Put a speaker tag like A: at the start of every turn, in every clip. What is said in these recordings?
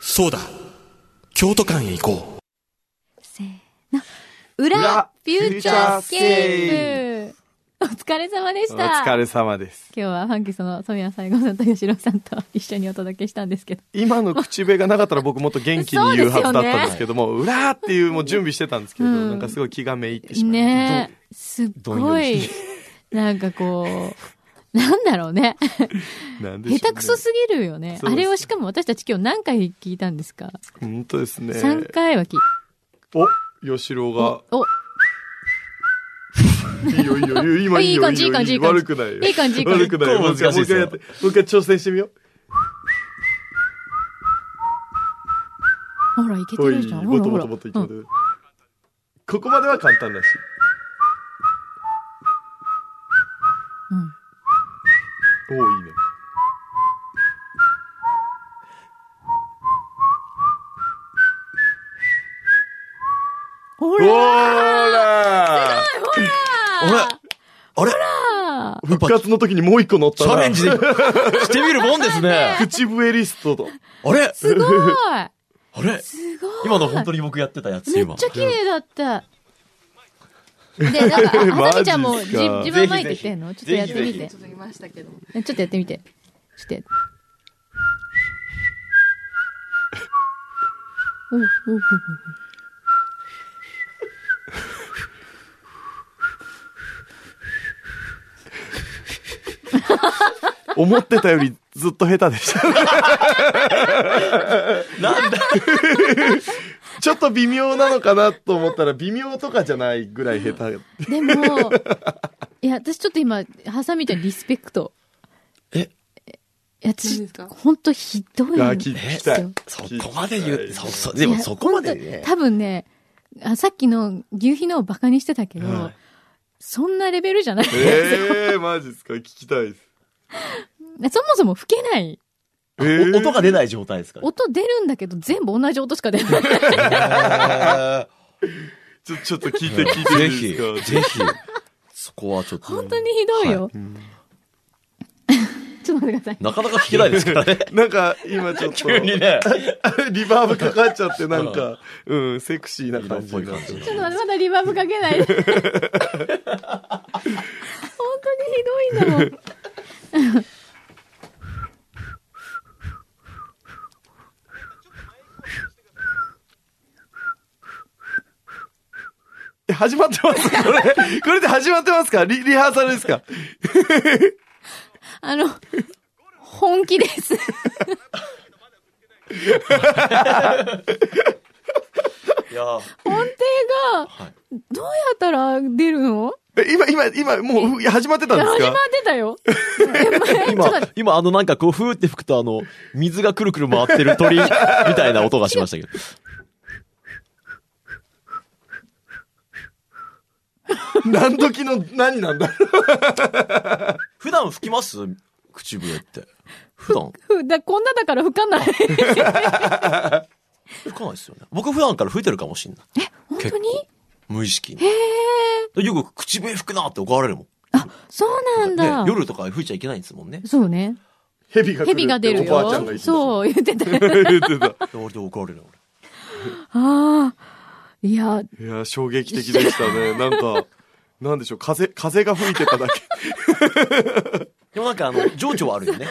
A: そうだ京都館へ行こう
B: せーの。裏、
C: 裏
B: フューチャースケープお疲れ様でし
C: お
B: た。
C: 疲
B: 今
C: れ様です。
B: 日はファンキーその富谷西郷さんと吉郎さんと一緒にお届けしたんですけど。
C: 今の口笛がなかったら僕もっと元気に言うはずだったんですけども、うらーっていうもう準備してたんですけど、
B: うん
C: なんかすごい気がめいってしまって。
B: ねえ、すっ
C: どんよ
B: ご
C: り
B: い、なんかこう、なんだろうね。
C: なんでしょうね
B: 下手くそすぎるよね。
C: そ
B: あ
C: うです
B: れをしかも私たち今日何回聞いたんですか
C: 本当ですね。
B: ?3 回は聞い
C: お、吉郎が、
B: お、
C: いいよいいよ、いいよ今いい
B: い
C: よ。
B: い感じ
C: よ
B: いい感じいい感じ
C: 悪くないよ。
B: いい感じいい感じ
C: 悪くないよ。もう一回、もう一回やって、もう一回挑戦してみよう。
B: ほら、いけて
C: おい
B: るじゃん。、ほ
C: も
B: ら
C: っ
B: ほら。
C: ともっと
B: う
C: もっといってもらって
B: ん
C: るここまでは簡単だし。
B: うん
C: おお、いいね。
B: ほ
C: ほ
B: ら
C: ら
A: あれあれ
B: ー
C: 復活の時にもう一個乗った
A: チ
C: な
A: ャレンジ してみるもんですね
C: 口笛リストと。
A: あれ
B: すごい
A: あれ
B: すごい
A: 今の本当に僕やってたやつ
B: めっ
A: 今
B: ちゃ綺麗だった。で、なんか、あさみちゃんも
C: マジっ
B: じ
C: すか
B: 自分前って言ってんのちょっとやってみて。
D: ちょっと見ましたけど。
B: えちょっとやってみて。ちょっとやって。おうおうおう
C: 思ってたよりずっと下手でした。
A: なんだ
C: ちょっと微妙なのかなと思ったら、微妙とかじゃないぐらい下手。
B: おうでも、いや、私ちょっと今、ハサミちゃんリスペクト。
A: え
B: いや
D: いい
B: 私
D: ですか、
B: ほんとひどい
C: い
B: の
C: や
B: よ。
C: 聞
A: え
C: きたい。
A: そこまで言うそそで
B: い
A: も
B: や
A: そこまでね
B: 多分ね、あさっきの牛皮のをバカにしてたけど、
A: はい
B: そんなレベルじゃない。
C: ええー、マジっすか聞きたいです。
B: そもそも吹けない。
C: え
A: お音が出ない状態ですから
B: 音出るんだけど、全部同じ音しか出ない。
C: ちょ、ちょっと聞いて
A: ぜ
C: 聞いてい
A: ひ
C: いで
A: ぜ
C: すか
A: ひそこはちょっと
B: 本当にひどいよ。 ちょっと待ってください。
A: なかなか聞けないですからね
C: なんか、今ちょっ と、
A: 急にね
C: リバーブかかっちゃって、なんか、うん、セクシーな感じになって
A: 今っぽい感じ
B: ちょっと待って、まだリバーブかけない。本当にひどいんだもん。
C: え始まってます これ、これで始まってますかリリハーサルですか
B: あの、本気です。
A: いやー
B: 音程が、
A: はい
B: どうやったら出るの
C: え今、今、今、もう、始まってたん
B: 始
C: で
B: まっ
C: すか
B: てたよ。え前ちょっ
A: 今
B: と待って、
A: 今あのなんかこう、ふーって吹くとあの、水がくるくる回ってる鳥みたいな音がしましたけど。
C: 何時の何なんだ
A: 普段吹きます口笛って。普段
B: ふだこんなだから吹かない。
A: 吹かないですよね。僕普段から吹いてるかもしんない。
B: 本当
A: 結構
B: に
A: 無意識に。よく口笛吹くなって怒られるもん。
B: そうなん
A: ね
B: だ。
A: 夜とか吹いちゃいけないんですもんね。
B: そうね。
C: 蛇が来るって
B: 蛇が出るよ。
C: おばあちゃんが言ってた
B: そう、言ってたよ。
C: 言ってた。
A: で俺で怒られるの
B: ああ。いや、
C: いやー、衝撃的でしたね。なんか、なんでしょう、風、風が吹いてただけ。
A: 俺。でもなんかあ の、情緒はあるよね。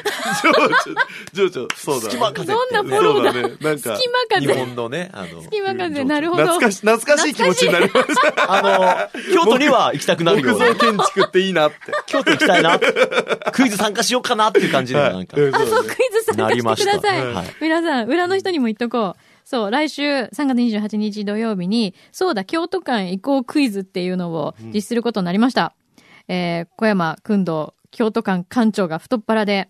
C: 情緒、情緒、そうだ。
A: 隙間風って。
B: どんなフォロ
C: そ
B: ー
C: う
B: が
C: だね。なんか、
B: 隙
C: 懐
B: 間
A: 日
B: 風。
A: 本のね、あの、
B: 隙間風、なるほど。
C: かし、懐かしい気持ちになりました。
A: あの、京都には行きたくなる
C: 木
A: ような
C: 造。建築っていいなって。
A: 京都行きたいな。クイズ参加しようかなっていう感じで、
C: はい
A: なんか。
C: うん
B: あ、
C: そ
B: そうう、
C: だ
B: ク
C: ね
B: イズ参加してください。
A: なりましたはい
B: 皆さん、裏の人にも言っとこう。そう、来週3月28日土曜日に、そうだ、京都館移行クイズっていうのを実施することになりました。えー小山君堂京都館館長が太っ腹で、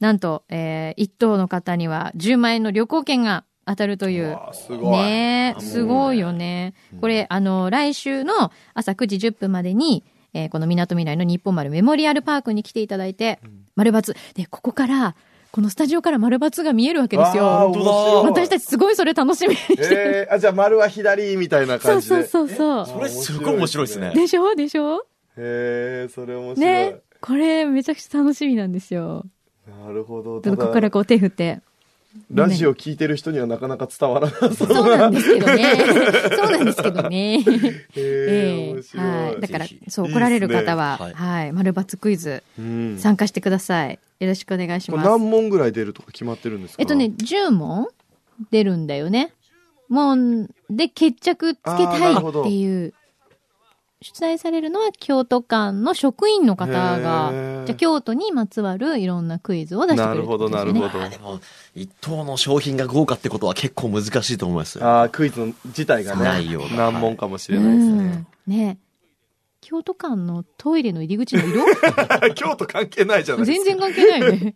B: なんと、えー、1等の方には10万円の旅行券が当たるという。
C: わーすごい。
B: ねえ、すごいよね。これ、あの、来週の朝9時10分までに、えーこの港未来の日本丸メモリアルパークに来ていただいて、丸抜。で、ここから、このスタジオから丸抜が見えるわけです
C: わー
B: よ。
C: 面白い
B: 私たちすごいそれ楽しみにしてる。
C: えー、あ、じゃあ丸は左みたいな
B: そ
C: 感
B: う
C: じで。
B: そうそうそ
A: それすごい面白いですね
B: う。。でしょでしょ
C: へえー、それ面白い。
B: ね。これ、めちゃくちゃ楽しみなんですよ。
C: なるほど。
B: ちょ
C: た
B: っとここから
C: だ、
B: こう手振って。
C: ラジオ聞いてる人にはなかなか伝わらなそう。
B: そうなんですけど ね。そうなんですけどね。
C: え
B: ええ
C: 面白
B: はい。だから
A: ぜひ、
B: そう、
C: いいっす
B: 来
C: ね
B: られる方は、
A: はい
B: はい、丸抜クイズ、
C: うん
B: 参加してください。よろしくお願いし
C: これ
B: ま
C: 何
B: す。
C: 問ぐらい出るとか決まってるんですか
B: えっとね、10問出るんだよね。問で決着つけたいっていう。出題されるのは京都館の職員の方
C: へ
B: が
C: ー、
B: じゃあ京都にまつわるいろんなクイズを出してく
C: な
B: れるっ
C: る
B: てこ
C: ほ
B: と
C: ど、
B: です
C: な
B: よね。
C: るほど。
A: あでも、一等の商品が豪華ってことは結構難しいと思いますよ。
C: ああ、クイズの自体がね、
A: ないような
C: 難問かもしれ
B: う
C: ないです
B: ん
C: ね。
B: ね京都館のトイレの入り口の 色
C: 京都関係ないじゃないです
B: 全
C: か。
B: 然関係ないよ ね。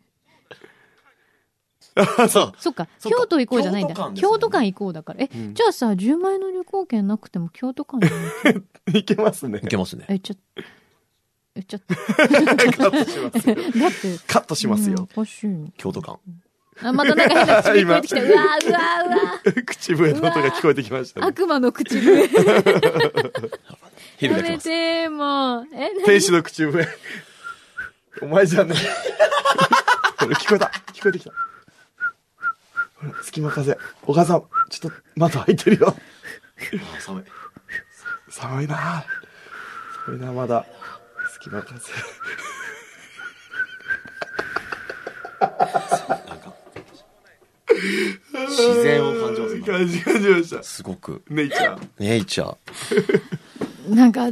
A: そう。
B: そ
A: そ
B: っか、
A: っか
B: 京都行こうじゃないんだ。
A: 京都館で
B: 京都,、
A: すね
B: 館行こうだから。え、
C: うん
B: じゃあさ、10万円の旅行券なくても京都館に行く
C: いけますね
A: い。けますね。
B: え、ちょ、え、ちょっと、だ
C: カットしますよ。
B: って。
C: カットします
B: うんお
C: よ。
B: かしい の
A: 京都館。
B: あ、またなんか変な口聞こえてきた。う わーうわーうわー
C: 口笛の音が聞こえてきましたね。
B: 悪魔の 口笛。や
A: 蛇が来
B: め
A: ます。
B: て、もう。え、な
C: 天使の口笛。お前じゃねえ。聞こえた。聞こえてきた。ほら、隙間風。お母さん、ちょっと窓開いてるよ。
A: あ寒い。
C: 寒いな寒いなまだ。隙間風。
A: なんか、自然を感じますね。
C: 感じ、感じました。
A: すごく。
C: ネイちゃん。
A: ネイチャー。
B: なんか、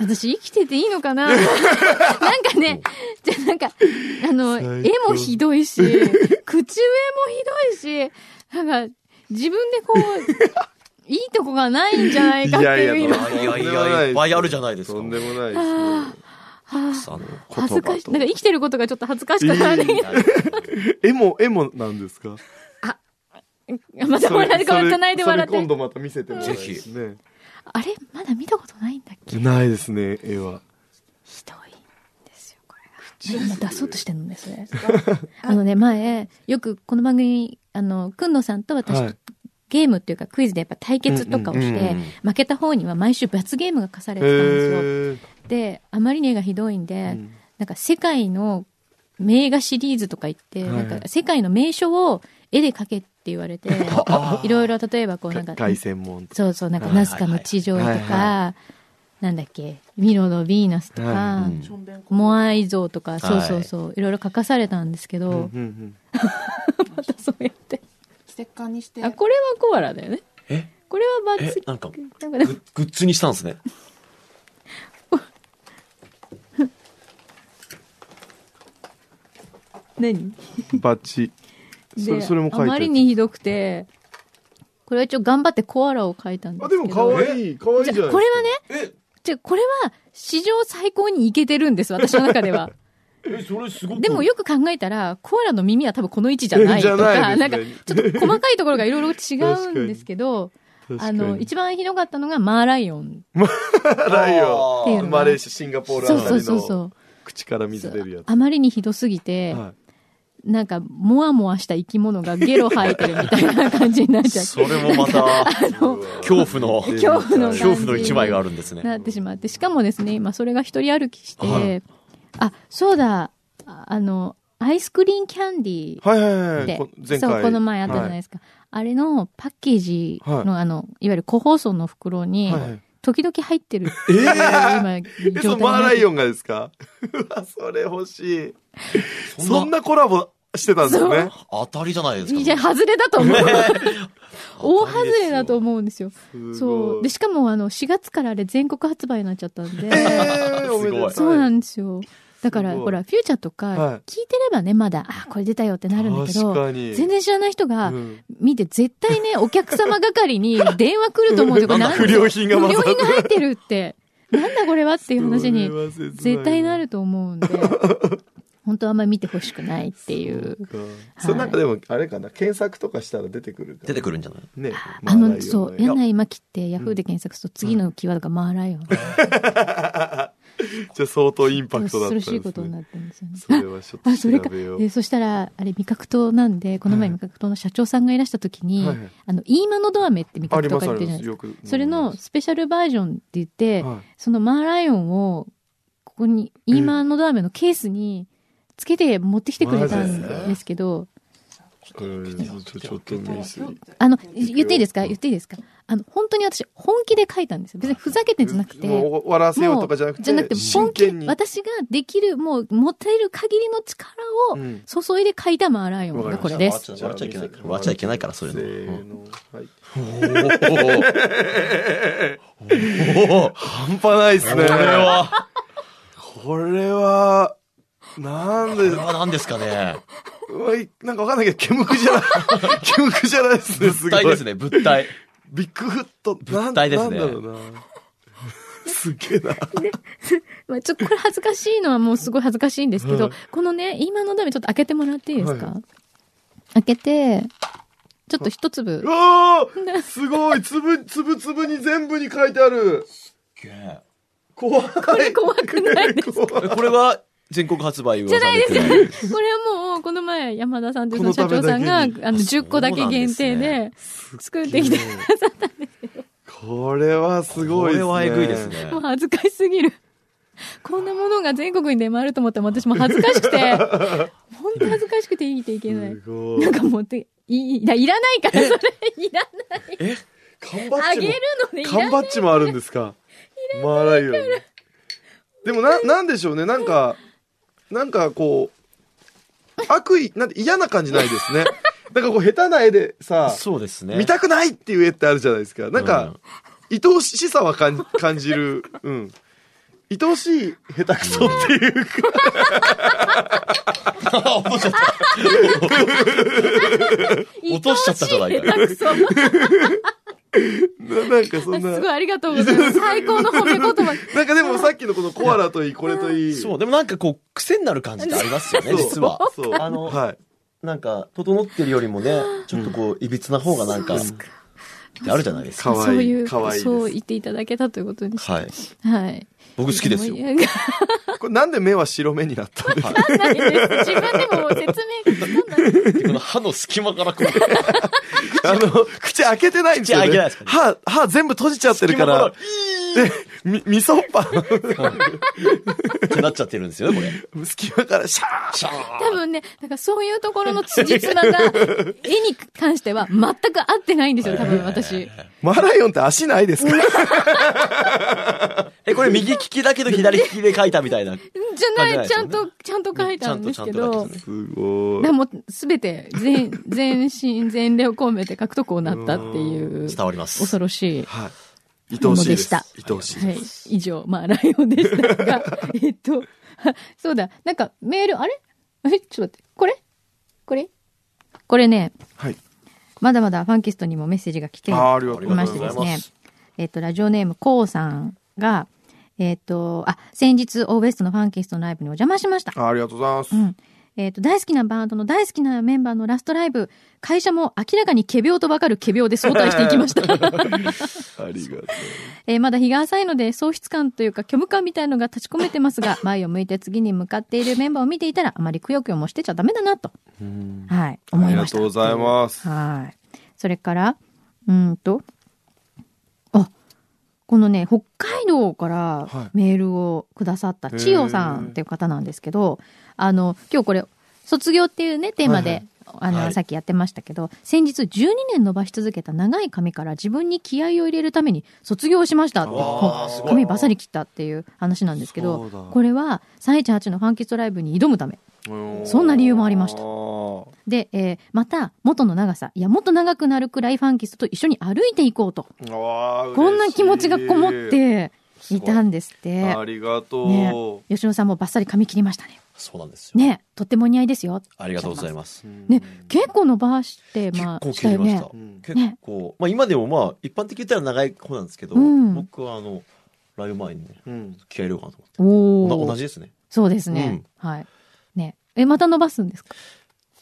B: 私生きてていいのかな なんかね、じゃあなんか、あの、
C: 最
B: 絵
C: 高
B: もひど いし、口笛もひどいし、なんか、自分でこ う、いいとこがないんじゃないかっていう今、
A: いやいやいっぱいあるじゃないですか
C: とんでもないですね。
A: あの、
B: 恥ずかしい。
C: と
B: なんか生きてることがちょっと恥ずかしくなる。
C: 絵も、絵もなんですか
B: また
C: それ
B: 笑い
C: そ
B: こ
C: れ
B: う隣で笑っ
C: それ
B: て。
C: 今度また見せてもらいたいですね。
B: あれまだ見たことないんだっけ
C: ないですね、絵は。
B: ひどいんですよ、これが。今出そうとしてるんですね。あのね、前、よくこの番組、あの、くんのさんと私と
C: はい
B: ゲームっていうかクイズでやっぱ対決とかをし
A: うんうんう
B: て
A: ん、
B: 負けた方には毎週罰ゲームが課されてたんですよ。
C: へえ。
B: で、あまりに絵がひどいんで、
C: うん
B: なんか世界の名画シリーズとか言って、
C: はいはい
B: なんか世界の名所を絵で描けって言われて、いろいろ例えばこうなんか、
C: 凱旋門とか。
B: そうそう、なんか
A: はいはい
B: ナ
A: は
B: ス
A: い
B: カの地上絵と
C: はいは
B: か、なんだっけ、ミロのヴィーナスと
C: は
B: か
A: い、うん
B: モアイ像とか、
A: い
B: そうそうそう、いろいろ書かされたんですけ
C: う
B: ど、
C: んうんうん
B: またそうやって。
D: ステッカーにし て
B: あ、これはコアラだよね。
A: え
B: これはバツ
A: え、なんか、グ
B: なんかでも
A: ッグッズにしたんですね。
B: 何
C: バッチ。それ
B: で
C: それも書いて
B: あ
C: る
B: まりにひどくて、これは一応頑張ってコアラを描いたんです
C: あ、
B: け
C: で
B: ど。
C: も可愛い、可愛いじゃないです
B: じゃ
C: か。
B: あこれはね、
A: え、
B: じゃあこれは史上最高にイケてるんです、私の中で は。
A: え、それすご
B: でもよく考えたら、コアラの耳は多分この位置じゃないとか、
C: じ
B: な
C: ゃ
B: ん
C: な
B: か
C: いですね
B: ちょ っと細かいところがいろいろ違うんですけど、
C: 確か
B: あ
C: に
B: の、一番ひどかったのがマーライオン。
C: 辛いよ
B: っていうのが
C: マレーシア、シンガポール
B: そう
C: あた
B: そう
C: り
B: そうそ
C: の
B: う。
C: 口から水出るやつ。
B: あまりにひどすぎて、
C: は
B: なんか、もわもわした生き物がゲロ吐いてるみたいな感じになっちゃっ
A: それもまた、
C: い
A: 恐怖 の、
C: う
B: 恐怖の
C: わ
B: 感じ
A: 恐怖の一枚があるんです
B: て、
A: ね。
B: なってしまって、しかもですね、今それが一人歩きし
A: はい
B: て、あ、そうだ、ああの、アイスクリーンキャンディー
C: はいはい
B: っ
C: はい。
B: て
C: こ前回。
B: そう、この前あったじゃない
C: は
B: ですか。あれのパッケージの、あの、いわゆる個包装の袋に、
C: はいはい
B: 時々入ってるって
C: え
B: いう。
C: ー
B: 今、
C: え、そ
B: 状
C: のマーラ
B: 態
C: イ
B: に
C: オンがですか うわ、それ欲しい。
A: そ
C: そ
A: ん
C: ん
A: な、
C: なコラボしてたんですね。
A: 当たりじゃないですか。
B: いや、外れだと 思う。大外れだと
A: 思
B: 思うんですよ。
C: すごい
B: そう。で、しかも、あの、4月からあれ全国発売になっちゃったんで。
C: えーおめでとう
B: そうなんですよ。だから、
C: すごい
B: ほら、フューチャーと
C: はい
B: か、聞いてればね、まだ、あ、これ出たよってなるんだけ
C: 確
B: ど、
C: かに。
B: 全然知らない人
C: う
B: が、
C: ん
B: 見て、絶対ね、お客様係に電話来ると思うんですよ。これなん
C: 不良品が
B: 不
C: 混ざ
B: 良
C: って
B: 品が入ってるって、なんだこれはっていう話に
C: それは切ないな
B: 絶対なると思 うんで、本当はあんまり見てほしくないっていう。
C: そっかそれなんかでも、あれかな、検索とかしたら出てくる
A: う
C: から
A: 出てくるんじゃない
C: ね。
B: あ
C: マーライオン
B: の、
C: ね
B: そう、
C: いや
B: 柳井真紀ってヤフーで検索すると次のキーワードがマーライオン。
C: じゃあ相当インパクトだった
B: 恐ろ
C: んで
B: し
C: すね。
B: いことになってるんですよね。
C: それはちょっ
B: あ、それ
C: と
B: か
C: 調べよ。う。
B: で、そしたら、あれ、味覚糖なんで、この前
C: はい
B: 味覚糖の社長さんがいらした時に、
C: はいはい
B: あの、イーマのドアメって味
C: あ
B: 覚
C: り
B: 糖
C: ま
B: が
C: す
B: 言
C: あ
B: ってる
C: り
B: じゃ
C: ま
B: ない
C: す。
B: ですか。
C: よく。
B: それのスペシャルバージョンって言って、
C: は
B: そのマーライオンを、ここに、イーマのドアメのケースに、つけて持ってきてくれたんですけど、
C: ちょちょっとミス。
B: あの、言っていいですか言っていいですかあの、本当に私、本気で書いたんですよ。別にふざけてんじゃなくて。
C: もう終わらせようとかじゃなくて、真剣に。
B: 私ができる、もう、持てる限りの力
C: う
B: を
C: ん
B: 注いで書いたマーライオンがこれで
A: わかりまし
B: す。
A: た笑っちゃいけないから笑っちゃいけないからそういうの
C: せーのはい
A: おお
C: 半端ないですね。
A: これ。は、
C: これは、なんで
A: これ、は何ですかね。
C: うわいなんかわかんないけど、煙く じゃら、煙くじゃらですね、す
A: 物
C: ごい。
A: 体 ですね、物体。
C: ビッグフット、なん
A: 物体ですね
C: なんだろうな。すげえな。
B: まあ、ちょっとこれ恥ずかしいのはもうすごい恥ずかしいんですけど、このね、今のためちょっと開けてもらっていいですか、
C: は
B: 開けて、ちょっと一粒
C: う。わーすごい粒、粒々に全部に書いてある怖い
B: これ怖くない です。
C: 怖い
A: これは全国発売
B: じゃないです
A: 噂
B: よ
A: で。
B: これはもう、この前、山田さんというその
C: こ
B: 社
C: のため
B: 長さんが、あ
C: だ
B: の
C: け、
B: 10個だけ限定
A: そうなん
B: で作ってきて、
C: これはすご
A: こ
C: いですね。
A: れはえぐいです。ね
B: もう。恥ずかしすぎる。こんなものが全国に出回ると思ったら私もう恥ずかしくて、本当恥ずかしくて生きていけない
C: す。ごい
B: なん。か持って、いい、いやいらないから、それ、いら
C: 缶バ
B: ない。あ
C: ッジ
B: げ
C: も
B: る、のね、いら
C: 缶
B: ない。
C: バッジもあるんですか。マーライオン。でもな、なんでしょうね。なんか、なんかこう、悪意、なんて嫌な感じないです ね。なんかこう、下手な絵でさ、
A: そうですね。
C: 見たくないっていう絵ってあるじゃないですか。なんか、愛おしさは感じ感じる。うん。愛おしい下手くそっていうか。
A: 落としちゃったじゃないか
B: 愛おしい下手くそ
C: な なんかそんな
B: すご。いありがとうございます。最高の褒め言葉。
C: なんかでもさっきのこのコアラといい、これといい。
A: そう、でもなんかこう、癖になる感じってありますよね、実は。
C: そう。
A: あの
C: はい。
A: なんか、整ってるよりもね、ちょっとこう、いびつな方がなんか、ってあるじゃないですか。
C: かわいい
B: そういう、
C: かわいいです
B: そう言っていただけたということにし
A: はい。
B: て。はい。
A: 僕好きですよ。
B: いやいや
C: これなんで目は白目になったんですか
B: わかんないです。自分でも説明がつかない。
A: この歯の隙間からこう、
C: あの、口開けてないんですよ、ね。
A: 口開いてないですかね
C: 歯、歯全部閉じちゃってる
A: 隙
C: か
A: 間からら、、
C: で、み、みそっぱ、
A: ってなっちゃってるんですよね、これ。
C: 隙間からシャー
A: シャー
B: 多分ね、だからそういうところの辻褄が、絵に関しては全く合ってないんですよ、多分私。
C: マライオンって足ないですか
A: え、これ右利きだけど左利きで書いたみたいな。
B: じゃ
A: じゃ
B: な
A: ない
B: い、
A: です
B: ちゃ
A: よ
B: ん
A: ね
B: と、ちゃんと書いたんですけ
A: ちゃんと書いてま
B: ど
A: す。ね
C: すご
B: で
C: い。
B: もすべて全、全身全霊を込めて書くとこうなったっていう、
A: 伝わります。
B: 恐ろしい。
C: はい。愛おしいで
B: も
C: す。
B: の
C: 愛
B: で
C: おしい
B: はい
C: です。。
B: 以上、まあ、ライオンでしたが、えっと、 あそうだ、なんかメール、あれ え、ちょっと待って、これこれこれね、
C: はい。
B: まだまだファンキストにもメッセージが来てい
C: あーありがとうござ
B: ま
C: い
B: してで
C: ます
B: すね、えっと、ラジオネーム、こうさんが、えっと、あ、先日、オーベストのファンキストのライブにお邪魔しました。
C: あありがとうございます。
B: うん。えっ、と、大好きなバンドの大好きなメンバーのラストライブ、会社も明らかに仮病とばかる仮病で早退していきました。
C: ありがとう。
B: えーまだ日が浅いので、喪失感というか虚無感みたいのが立ち込めてますが、前を向いて次に向かっているメンバーを見ていたら、あまりくよくよもしてちゃダメだなと、はい、思
C: あ
B: い
C: り
B: ま
C: が
B: した。
C: とうございます。
B: はい。それから、うーんと、あ、このね、北海道から
C: はい
B: メールをくださった千代さんっていう方なんですけど、あの、今日これ、卒業っていうね、テーマで、
C: はいは
B: あの、
A: はい
B: さっきやってましたけど、先日12年伸ばし続けた長い髪から自分に気合を入れるために卒業しましたって、
A: わあすごい
B: 髪バサリ切ったっていう話なんですけ
C: そ
B: ど
C: うだ、
B: これは318のファンキストライブに挑むため。そ
C: そ
B: んな理由もありました
C: は
B: で、えーまた元の長さいやもっと長くなるくらいファンキストと一緒に歩いていこうとこんな気持ちがこもっ。ていたんですって
C: ありが
B: ね
C: と
B: 吉野さんもバッサリ髪切りましたね
A: そうなんですよ。
B: ねとってもお似合いですよ
A: ありがとうございます
C: う。。
B: ね結構伸ばしてまあ
A: 結構
B: した
A: 切り
B: よ
A: まし
B: ね
A: た。
C: うん
A: 結構、まあ今でもまあ一般的に言ったら長い方なんですけど、
B: うん
A: 僕はあの、ライブ前にね、
C: うん。
A: 気合い入れようかなと思って。
B: お
A: まあ同
B: お
A: じですね。
B: そうですね、はいねえまた伸ばすんですか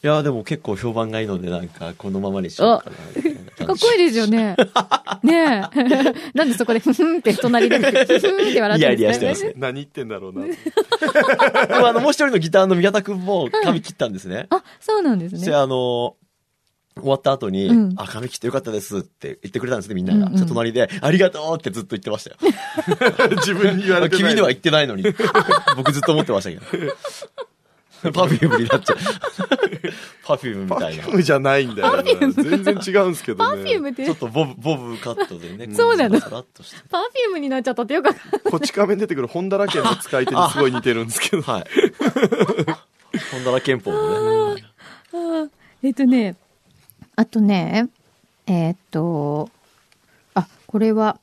A: いやーでも結構評判がいいので、なんかこのままにしようかなみたいな感じ。
B: かっこいいですよ ねね えなんでそこでふふんって隣でふふんって笑ってるんですか
A: イライラしてますね
C: 何言ってんだろうな。
A: でもあの、もう一人のギターの宮田くんも髪切ったんですね。
B: あそうなんです
A: そ
B: ね
A: してあのー終わった後に、
B: うん
A: あ、髪切ってよかったですって言ってくれたんですね、みんなが。
B: うんうん
A: じゃあ隣で、ありがとうってずっと言って ましたよ。
C: 自分に言われてない。
A: 君では言ってないのに。 僕ずっと思ってましたけど。パフュームになっちゃう。パフュームみ
C: パフ
A: たい
C: ュ
A: な。
C: ームじゃないんだよ、ね
B: Perfume
C: 全然違うんですけ
B: パフ
C: ど
B: ュー
C: ね
B: ムって
A: ちょっとボブ、ボブカットでね。
B: そうなの
A: こさらっとして。
B: パフュームになっちゃったってよくわかんない
C: こち亀に出てくる本田ラケンの使い手にすごい似てるん ですけど
A: はい。本棚憲法もね。
B: あー えっとねあとねえーっとあこれは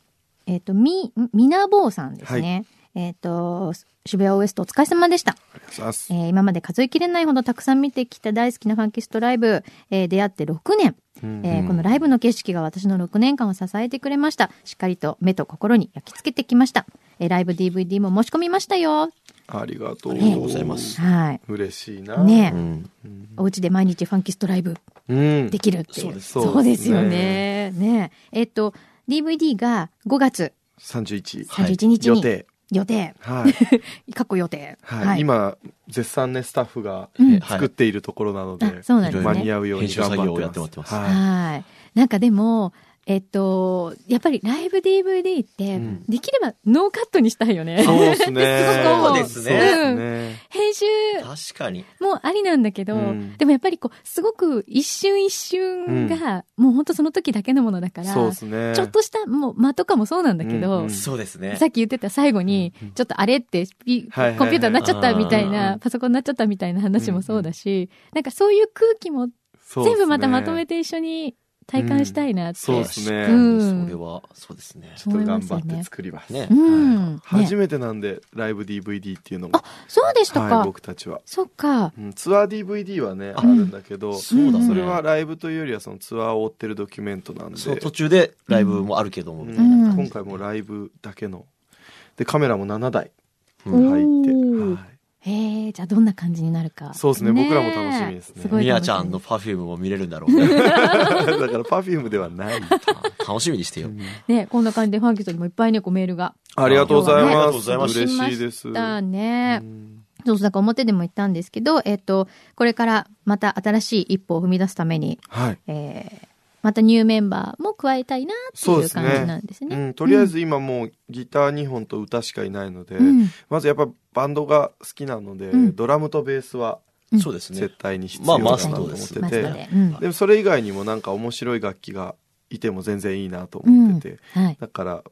B: えーっとみみなぼうさんですね、えーっと渋谷ウエストお疲れ様でした
C: さす
B: えー今まで数えきれないほどたくさん見てきた大好きなファンキストライブ、えー出会って6年、えーこのライブの景色が私の6年間を支えてくれましたしっかりと目と心に焼き付けてきました、えーライブ DVD も申し込みましたよ
C: ありがとう
A: ありがとうございます
B: はい
C: 嬉しいな
B: ねえ、
A: うん。
B: お家で毎日ファンキストライブ
C: うん
B: できるっていう、
A: そうです
C: そうです
B: よねねええっと DVD が5月
C: 31
B: 31日に
C: 予定
B: 予定
C: はい、
B: 過去予定
C: はい今絶賛ねスタッフが
B: うん
A: はい
C: 作っているところなので、
B: あそうなんですね
C: 間に合うように
A: 編集
C: 頑
A: 作業を
C: 張
A: や
C: っ
A: ってて
C: ま
A: ますす
C: はい
B: はい。なんかでも、えっと、やっぱりライブ DVD って、
C: うん
B: できればノーカットにしたいよね。
C: そうですね
B: そう
A: ですね
C: そうですね
B: 編集
A: 確かに。
B: もありなんだけど、
C: うん
B: でもやっぱりこう、すごく一瞬一瞬が、もうほんとその時だけのものだから、
C: そうですね
B: ちょっとした、もう間とかもそうなんだけど、
C: うん
A: そうですね
B: さ。っき言ってた最後に、ちょっとあれってピ、
C: はいはいはい
B: コンピューターになっちゃったみたい
A: うんうん
B: な
A: う、ん
B: パソコンになっちゃったみたいな話もそうだし、なんかそういう空気も全部またまとめ
C: て
B: て一緒に体感したいなって。
C: そうですね
B: うん
A: それは、そうですね。
C: ちょっと頑張って作ります
A: ね
B: う。ん。ね
C: 初めてなんでライブ DVD っていうのも
B: そうでしたか。
C: はい僕たちは、
B: そっか。
C: うん、ツアー DVD はねあ
A: あ
C: るんだけど
A: そうだね
C: それはライブというよりはそのツアーを追ってるドキュメントなんで
A: そう、途中でライブもあるけども、
C: う
A: み
C: ん
A: たいな感
C: 今
A: じで
C: 回もライブだけのでカメラも7台
A: う
C: 入
A: ん
C: って、
B: おー
C: はい
B: へえ、じゃあどんな感じになるか。
C: そうですね僕らも楽しみですね
B: ごい楽しみ
A: ミヤちゃんのパフュームも見れるんだろうね。
C: だからパフュームではない。
A: 楽しみにしてよ。
B: ね、こんな感じでファンキストにもいっぱいね、こうメールが。
C: ありがとうござい
A: ありが
C: ま
A: とう
C: す。
A: ございます
C: 嬉しいです。
B: だ
C: う
B: ね。
C: ん
B: そうそう、なんか表でも言ったんですけど、えっと、これからまた新しい一歩を踏み出すために、
C: はい。
B: えー、またニューメンバーも加えたいなって
C: そう
B: い
C: で
B: う
C: す
B: 感
C: ね
B: じなんです
C: う
B: ね。
C: ん、とりあえず今もうギター2本と歌しかいないので、
B: うん
C: まずやっぱバンドが好きなので、
B: うん
C: ドラムとベースは
B: うん
A: そうですね
C: 絶。対に必
A: ま
C: 要
A: あ、
C: だな
A: マストで
C: と思って
A: す
C: て、
B: マスト
C: で
B: でうん
C: もそれ以外にもなんか面白い楽器がいても全然いいなと思ってて、
B: はい。
C: だから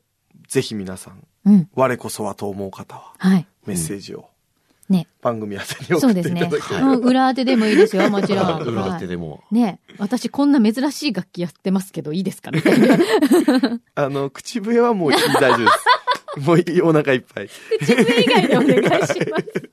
C: ぜひ皆さん
B: うん。
C: 我こそはと思う方は
B: はい。
C: メッセージを
B: ね。
C: 番組宛てに
B: そ
C: 送
B: う
C: って
B: で
C: い
B: す
C: た
B: ね
C: だけれ。ば、
B: うん裏当てでもいいですよ、もちろん。
A: 裏当て
B: はい
A: でも。
B: ね私こんな珍しい楽器やってますけど、いいですかみたいな。
C: あの口笛はもういい大丈夫です。もういいお腹いっぱい。
B: 口笛以外でお願いします。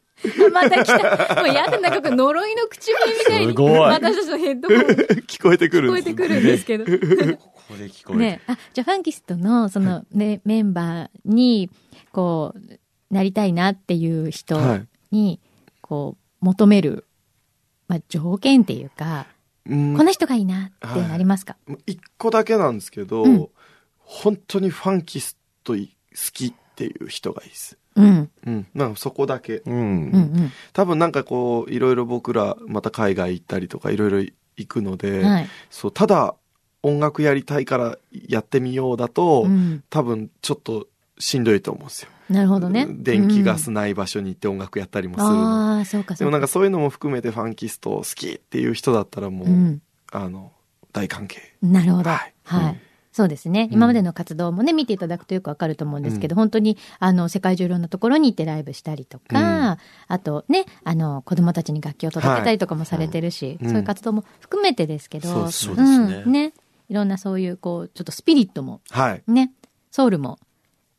B: また来た。もうやだ、なんか呪いの口笛みたいに、
A: すごい
B: 私たちのヘッドホンに聞
C: 聞こえてくるん
B: こ
C: で
B: え
C: すね
B: てくるんですけど。
A: ここで聞こえ
B: ねあ、じゃあファンキストの、その、ね、メンバーに、こう、なりたいなっていう人
C: はい
B: に、こう、求める、まあ、条件っていうか、
C: うん
B: この人がいいなってなりますか、
C: 一個だけなんですけど、
B: うん
C: 本当にファンキストい好きっていう人がいいです。
B: うん、
C: うん、なんかそこだけ
A: て。うん
B: うん、う。ん。
C: 多分なんかこういろいろ僕らまた海外行ったりとかいろいろ行くので、
B: はい。
C: そうただ音楽やりたいからやってみようだと、
B: うん。
C: 多分ちょっとしんどいと思うんですよ、
B: なるほどね。
C: 電気ガ
B: うん
C: スない場所に行って音楽やったりもするので
B: ああ、そうか、
C: で
B: そ
C: も
B: う
C: な
B: か。
C: んかそういうのも含めてファンキスト好きっていう人だったらもう、
B: うん。
C: あの大関係
B: なるほど。は
C: はいい。
B: そうですね。今までの活動もね、見ていただくとよくわかると思うんですけど、本当に、あの、世界中いろんなところに行ってライブしたりとか、あとね、あの、子供たちに楽器を届けたりとかもされてるし、
C: うん
B: そういう活動も含めてですけど、
C: そうそう
A: ですね
B: んね。いろんなそういう、こう、ちょっとスピリットも、
C: はい
B: ね、ソウルも、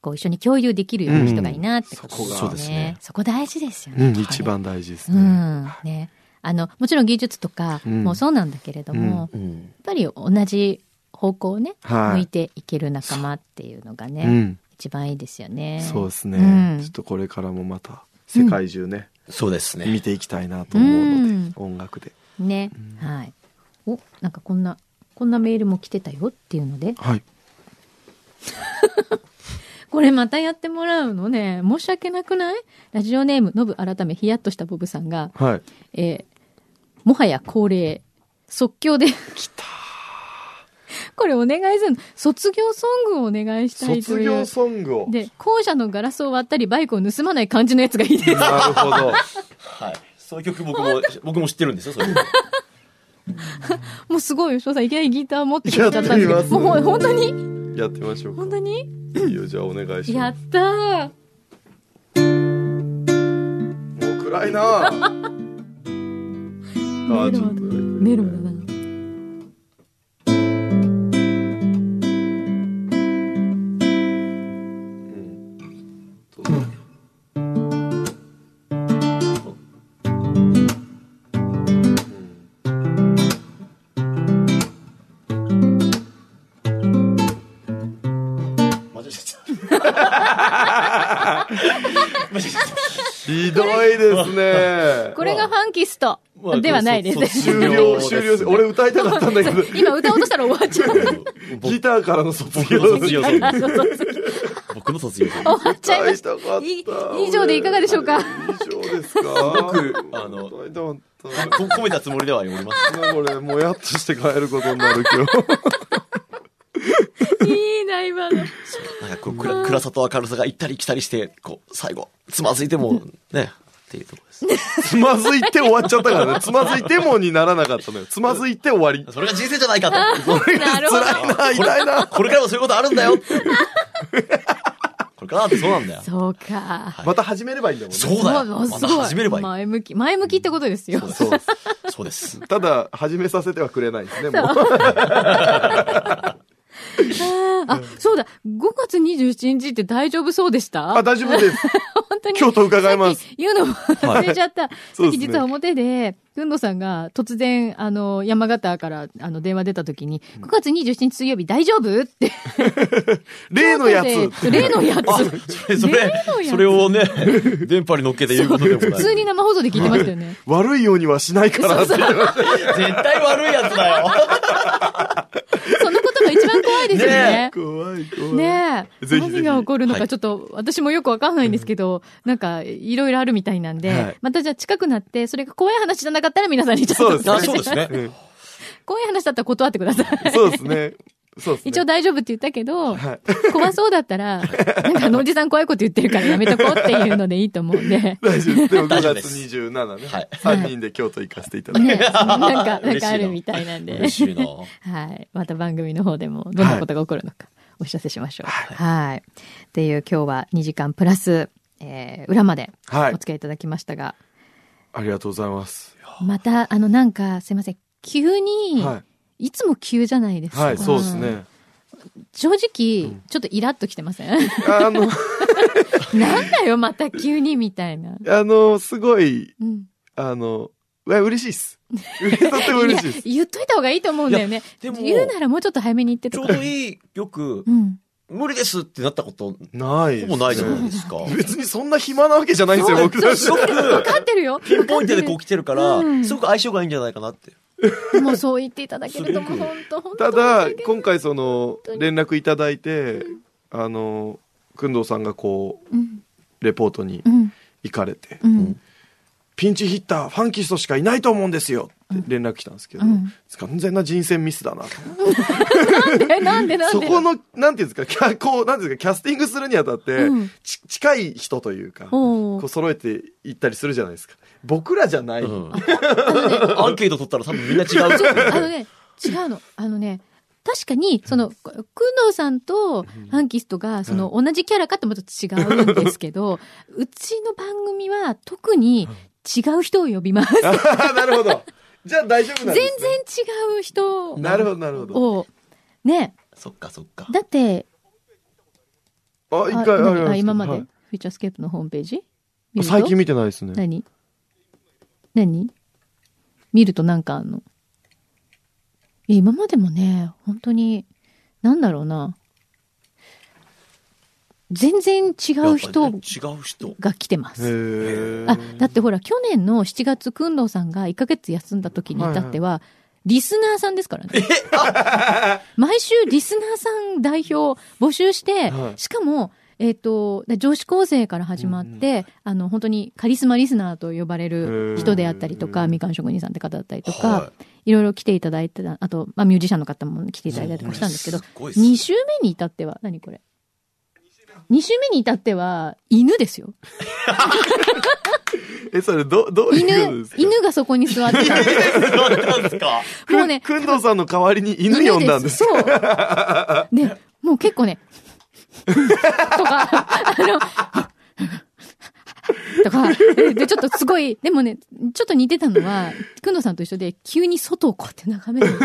B: こう、一緒に共有できるような人がいいなってこと
C: うん
B: ですね。
C: そこが
A: そうですね
B: そこ大事ですよ
C: う
B: ね。
C: ん、一番大事です
B: う
C: ね。
B: ん、ね。あの、もちろん技術とか
C: うん
B: もそうなんだけれども、やっ
A: うん。
B: ぱり同じ方向をね、
C: はい
B: 向いていける仲間っていうのがね、
C: うん、
B: 一番いいですよね。
C: そうですね、
B: うん
C: ちょっとこれからもまた世界中ね、
A: そうですね。
C: 見ていきたいなと思うので、
B: うん
C: 音楽で。
B: ね、はい。お、なんかこんな、こんなメールも来てたよっていうので、
C: はい。
B: これまたやってもらうのね、申し訳なくないラジオネーム、ノブ改め、ヒヤッとしたボブさんが、
C: はい。
B: えーもはや恒例、即興で。来た。 これお願いするの。卒業ソングをお願いしたいと
C: 卒
B: いう。
C: 業ソングを。
B: で、校舎のガラスを割ったりバイクを盗まない感じのやつがいいです。
C: なるほど。
A: はい。そういう曲僕も、僕も知ってるんですよ、そういうの
B: もうすごい、吉尾さん、いきなりギター持ってきちゃったんですけ
C: や
B: ど
C: ってみます
B: もうほん本当に
C: やってみましょうか
B: 本当に
C: いいよじゃあお願いし
B: や
C: ま
B: っ
C: す
B: たー
C: も う暗いなあーちょっと
B: メロンだな。
C: うん
A: 間違えちゃった。間違えちゃった。
C: ひどいですね
B: これがファンキスト
A: まあ
B: ではないです。
A: そうそう
C: 終了終了
A: 終了
C: 俺歌いたかったんだけ ど
B: 今歌おうとしたら終わっちゃう。
C: ギターからの卒
A: 僕の
C: 業
A: 卒業
C: 歌
A: 生 僕の卒業生
B: 終わっちゃいま
C: い
B: した
C: かった
B: い以上でいかがでしょうか
C: 以上ですか
A: 僕あの
C: 歌いたかった
A: こ込めたつもりではおります。
C: なこれもやっとして帰ることになる 今日
B: た。いいな、今の。
A: なんかこう暗暗さと明るさが行ったり来たりして、こう、最後、つまずいても、ね、っていうところです。
C: つまずいて終わっちゃったからねつまずいてもにならなかったのよつまずいて終わり
A: それが人生じゃないかと。
B: なるほど。
C: 辛いな痛いな
A: これからもそういうことあるんだよ。これからだってそうなんだよ。
B: そうか。
C: また始めればいいんだもんね
A: そうだよ。
B: もう
A: ますた
B: ごい。
A: 始めればいい。
B: 前向き。前向きってことですよ。
C: そうです
A: そうです。
C: ただ始めさせてはくれないですねもう
B: あ、そうだ。5月27日って大丈夫そうでした
C: あ大丈夫です
B: 本当に。
C: 京都伺います
B: さっき言うのも 忘れちゃった。
C: そう
B: さっ
C: です
B: き
C: ね
B: 実は表で、くんどさんが突然、あの、山形から、あの、電話出た時に、9月27日水曜日大丈夫って。
C: 例のやつ
B: 例のや
A: あ
B: つ。、
A: それ、それ
B: 例のや、つ
A: それをね、電波に乗っけて言うことでも
B: 普
A: ない。
B: 通に生放送で聞いてましたよね。
C: 悪いようにはしないからって
A: 絶対悪いやつだよ。
B: そのことが一番怖いですよね。
C: 怖い怖い
B: ねえ。
C: ぜひぜひ
B: 何が起こるの
A: は
B: か
A: い
B: ちょっと、私もよくわかんないんですけど、なんか、いろいろあるみたいなんで、
C: はい
B: またじゃあ近くなって、それが怖い話じゃなかったら皆さんにちょっと。
C: そうです ね
A: あそうですね。
B: 怖い話だったら断ってください。
C: そうですねそうですね
B: 一応大丈夫って言ったけど、
C: はい。
B: 怖そうだったら、なんかあのおじさん怖いこと言ってるからやめとこうっていうのでいいと思うんで
C: 大丈夫です。でも5
A: 大丈夫で
C: 月
A: す
C: 27ね。
A: はい
C: 3人で京都行かせていただい
B: ね
C: て。
B: なんか、なん
A: 嬉しい
B: か
A: な
B: あるみたいなんで
A: 嬉。しいな。
B: はい。また番組の方でもどんなことが起こるのかお知らせしましょう。はい。っていう今日は2時間プラス、えー、裏まで
C: は
B: お
C: い。
B: 付き合いいただきましたが、
C: ありがとうございます。
B: また、あの、なんか、すいません。急に、、
C: はい
B: つも急じゃないです
C: い。
B: か。
C: はい、そうです。ね。
B: 正直、ちょっとイラッときてません
C: あの、
B: なんだよ、また急にみたいな。
C: あの、すごい、
B: うん。
C: あの、うわ嬉しいっす。 とても嬉しいです。
B: いや言っといた方がいいと思うんだよね。
A: いやでも
B: 言うならもうちょっと早めに言って
A: ち
B: と
A: ょう
B: か。
A: どいい、よく
B: う、ん。
A: 無理ですってなったこと、
C: な
A: ほ
C: いで
A: ぼ
C: す。
A: ないじゃないですか。
C: 別にそんな暇なわけじゃないんですよ、僕たち。
A: すご
B: わ
A: く、
B: かってるよ。
A: ピンポイントでこう来てるから
B: う、ん
A: すごく相性がいいんじゃないかなって。
B: もうそう言っていただけるとも
A: すごく
B: う本当本当
C: た
B: 申し
C: だ
B: 訳ない、
C: 今回その
B: 当、に
C: 連絡いただいて、あの、くんどうさんがこう、
B: うん
C: レポートに
B: うん
C: 行かれて、
B: うん
C: ピンチヒッター、ファンキストしかいないと思うんですよって連絡来たんですけど、
B: うん
C: 完全な人選ミスだなと。
B: えなんでなん
C: そ
B: で
C: この、なんていうんですか、キャこう、なんていうんですか、キャスティングするにあたって、
B: うん
C: ち近い人というか、
B: おう
C: こう揃えていったりするじゃないですか。僕らじゃない。
A: うんアンケート取ったら多分みんな違うって
B: そうあのね違うのあのね確かにそのく工藤さんとハンキストがその同じキャラかってまた違うんですけど、うちの番組は特に違う人を呼びます。
C: あーなるほど。じゃあ大丈夫な
B: 全
C: ん
B: 然
C: で
B: 違
C: す、ね。
B: う人
C: なるほど、なるほど。
B: をね
A: そっかそっか。
B: だって
C: あ、一
B: あ
C: 回、
B: 何
C: ありがとうござい
B: あ
C: す
B: 今まで、
C: はい
B: フューチャースケープのホームページ見る
C: あ
B: と
C: 最近見てないですね。
B: 何何見るとなんかあんのいや今までもね本当になんだろうな全然違う
A: やっ
B: 人
A: ぱりね違う 人。
B: が来てま
C: へ
B: す。
C: ー
B: あだってほら去年の7月くんどうさんが1ヶ月休んだ時に至っては、リスナーさんですからね。毎週リスナーさん代表を募集して、
C: はい
B: しかも、えっ、と、で女子高生から始まって、あの、本当にカリスマリスナーと呼ばれる人であったりと
C: へ
B: か、
C: ー
B: みかん職人さんって方だったりとか、、
A: はい
B: ろいろ来ていただいてた、あと、まあ、ミュージシャンの方も来ていただいたりもしたんですけど、
A: ごいっす
B: 2週目に至っては、何これ ?2 週目に至っては、犬ですよ。
C: え、それ、ど、どういうことで
B: 犬
C: す、か
B: 犬がそこに座って た。
A: どうなんですか
B: もうね、
C: くんどうさんの代わりに犬呼んだんです。
B: そう。で、もう結構ね、 とか、あの、 とか、で、ちょっとすごい、でもね、ちょっと似てたのは、くんどさんと一緒で、急に外をこうやって眺める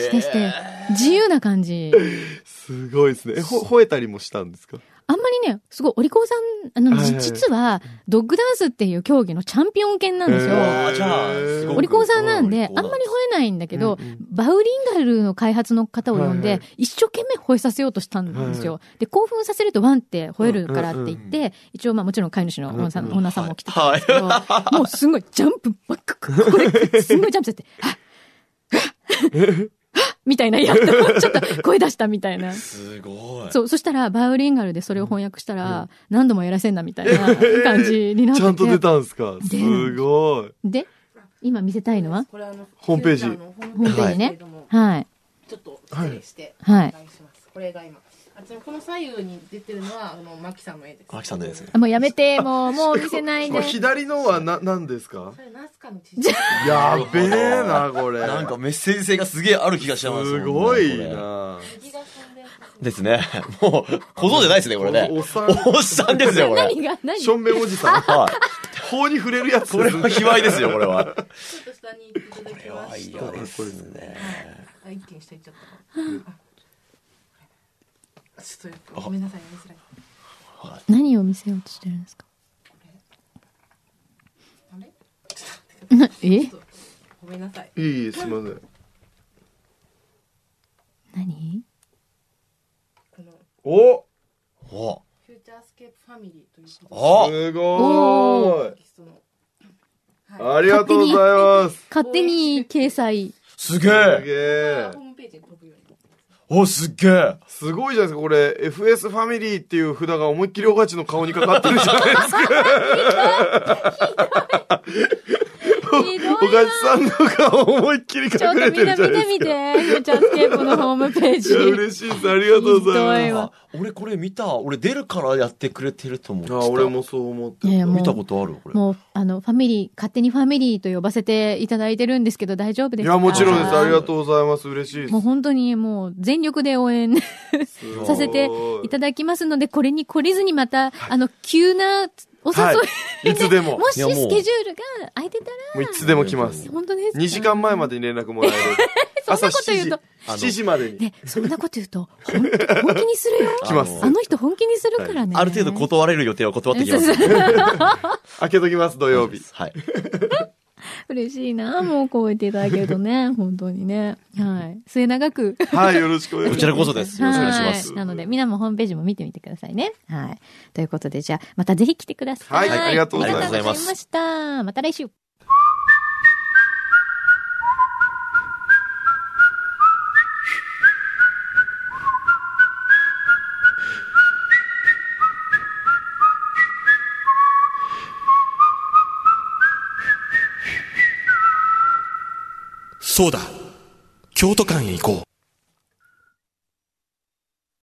B: してして、自由な感じ。
C: すごいですね。え、ほ、吠えたりもしたんですか
B: あんまりね、すごい、お利口さん、あの、
C: はいはい
B: じ実は、ドッグダンスっていう競技のチャンピオン犬なんですよ。
C: へ
A: あーじゃあすごく
B: お利口さんなんで、あ
A: うん
B: まり吠えないんだけど、
C: うんうん
B: バウリンガルの開発の方を呼んで、
C: はいは
B: 一生懸命吠えさせようとしたんですよ。で、興奮させるとワンって吠えるからって言って、一応まあもちろん飼い主の女さん,、女さんも来てたんですけど、もうすごいジャンプばっか、これ、すごいジャンプしちゃって、はっ、はっ、はっみたいなやっと、ちょっと声出したみたいな。
A: すごい。
B: そう、そしたら、バイオリンガルでそれを翻訳したら、何度もやらせんなみたいな感じになって
C: ち
B: て。
C: ゃんと出たんですか
B: 出た
C: すごい。
B: で、今見せたいのは
D: これあの
C: ホームページ
D: キュタのホ
B: ホ
D: ー
B: ーム
D: ム
B: ペ
D: ペー
B: ー
D: ジ
B: ジ
D: ね
B: ね。はい。
D: ちょっと失礼してお
B: は
D: 願
B: い
D: いします。これが今。あちらこの左右に出てるのはあのマキさんの絵です。
A: マキさんの絵ですね
B: あもうやめ て、もう、もう見せない
C: こ
B: で
C: れ。左のはな、何ですか
D: それナスカの父。
C: やべえな、これ。
A: なんか、メッセージ性がすげえある気がします
C: す
A: よ
C: ごい。
A: こ
C: な。
D: 右が飛んでる
A: れですね。 もう、小僧じゃないですね、これね。
C: おっさん
A: おっさんですよ、これ。
B: 何が、何
C: 正面おじさん。
A: はい。
C: 法に触れるやつ
A: これは卑猥ですよ、これ は。
D: ちょっと下に行っていただきまし
A: これは卑猥
D: た。
A: ですね。
D: あ一気に下行っちゃったか。あちょっとごめんなさい見づらい。
B: 何を見せようとしてるんですか
D: あれちょっと待ってください
B: なえ
D: ちょっとごめんなさい。
C: いい、すいません。
B: 何
D: この
C: お
A: お
D: フューチャースケープファミリーということで
A: お
C: すごい。
D: テキストの
C: ありがとうございます。
B: 勝手に掲 載。
A: すげ
C: すげ
A: え
C: え
D: ホー。ムページに飛ぶように。
A: おすげえ
C: すごいじゃないですか、これ。FS ファミリーっていう札が思いっきりおがちの顔にかかってるじゃないですか。
B: ひど
C: お
B: い
C: がちさんの顔思いっきり
B: ちょ
C: 隠
B: っと
C: れ
B: み
C: て
B: んな
C: るじゃ
B: 見
C: な
B: て
C: い
B: みて。フューチャースケープのホームペー
C: ですか。い
B: ジ。
C: や、嬉しいです。ありがとうござ
B: ひど
C: い
B: い
C: ま
B: わ
A: あ俺これ見た。俺出るからやってくれてると思って
C: す。
A: た。
C: あ、俺もそう思って
B: いやいや
C: た。
B: もう
A: 見たことあるこれ。
B: もう、あの、ファミリー、勝手にファミリーと呼ばせていただいてるんですけど、大丈夫で
C: い
B: すか
C: や、もちろんです。
A: あー
C: ありがとうございます。嬉しいです
B: もう。本当にもう全力で応援
C: ごい
B: させていただきますので、これに懲りずにまた、あの、急なお誘い、
C: いつでも。も
B: もしス
A: いやもう
B: ケジュールが空いてた
C: ういつでも来ます
B: ら、。本当ですか
C: 2時間前までに連絡もらえる。
B: そん
C: 朝
B: なこと
C: 7
B: 言う
C: 時
B: と、
C: 7時までに。
B: ね、そんなこと言うと、本当本気にするよ。
C: 来ます
A: あ
B: あ
A: の
B: の人本気にするからね。
A: ある程度断れる予定は断ってきます。
B: そうそう
C: 開けときます、土曜日。
A: はい。
B: 嬉しいな、もうこう言っていただけると ね、本当にね。はい。末永く。
C: はい、よろしくお願い
A: こ
C: し
A: ち
C: ま
A: ら
C: す。
A: こそです。よろしくお願いしま
B: は
A: す。
B: なので、みんなもホームページも見てみてくださいね。はい。ということで、じゃあ、またぜひ来てください。
C: はいありがとうございます
B: ありがとうございました。また来週。
E: そうだ京都館へ行こう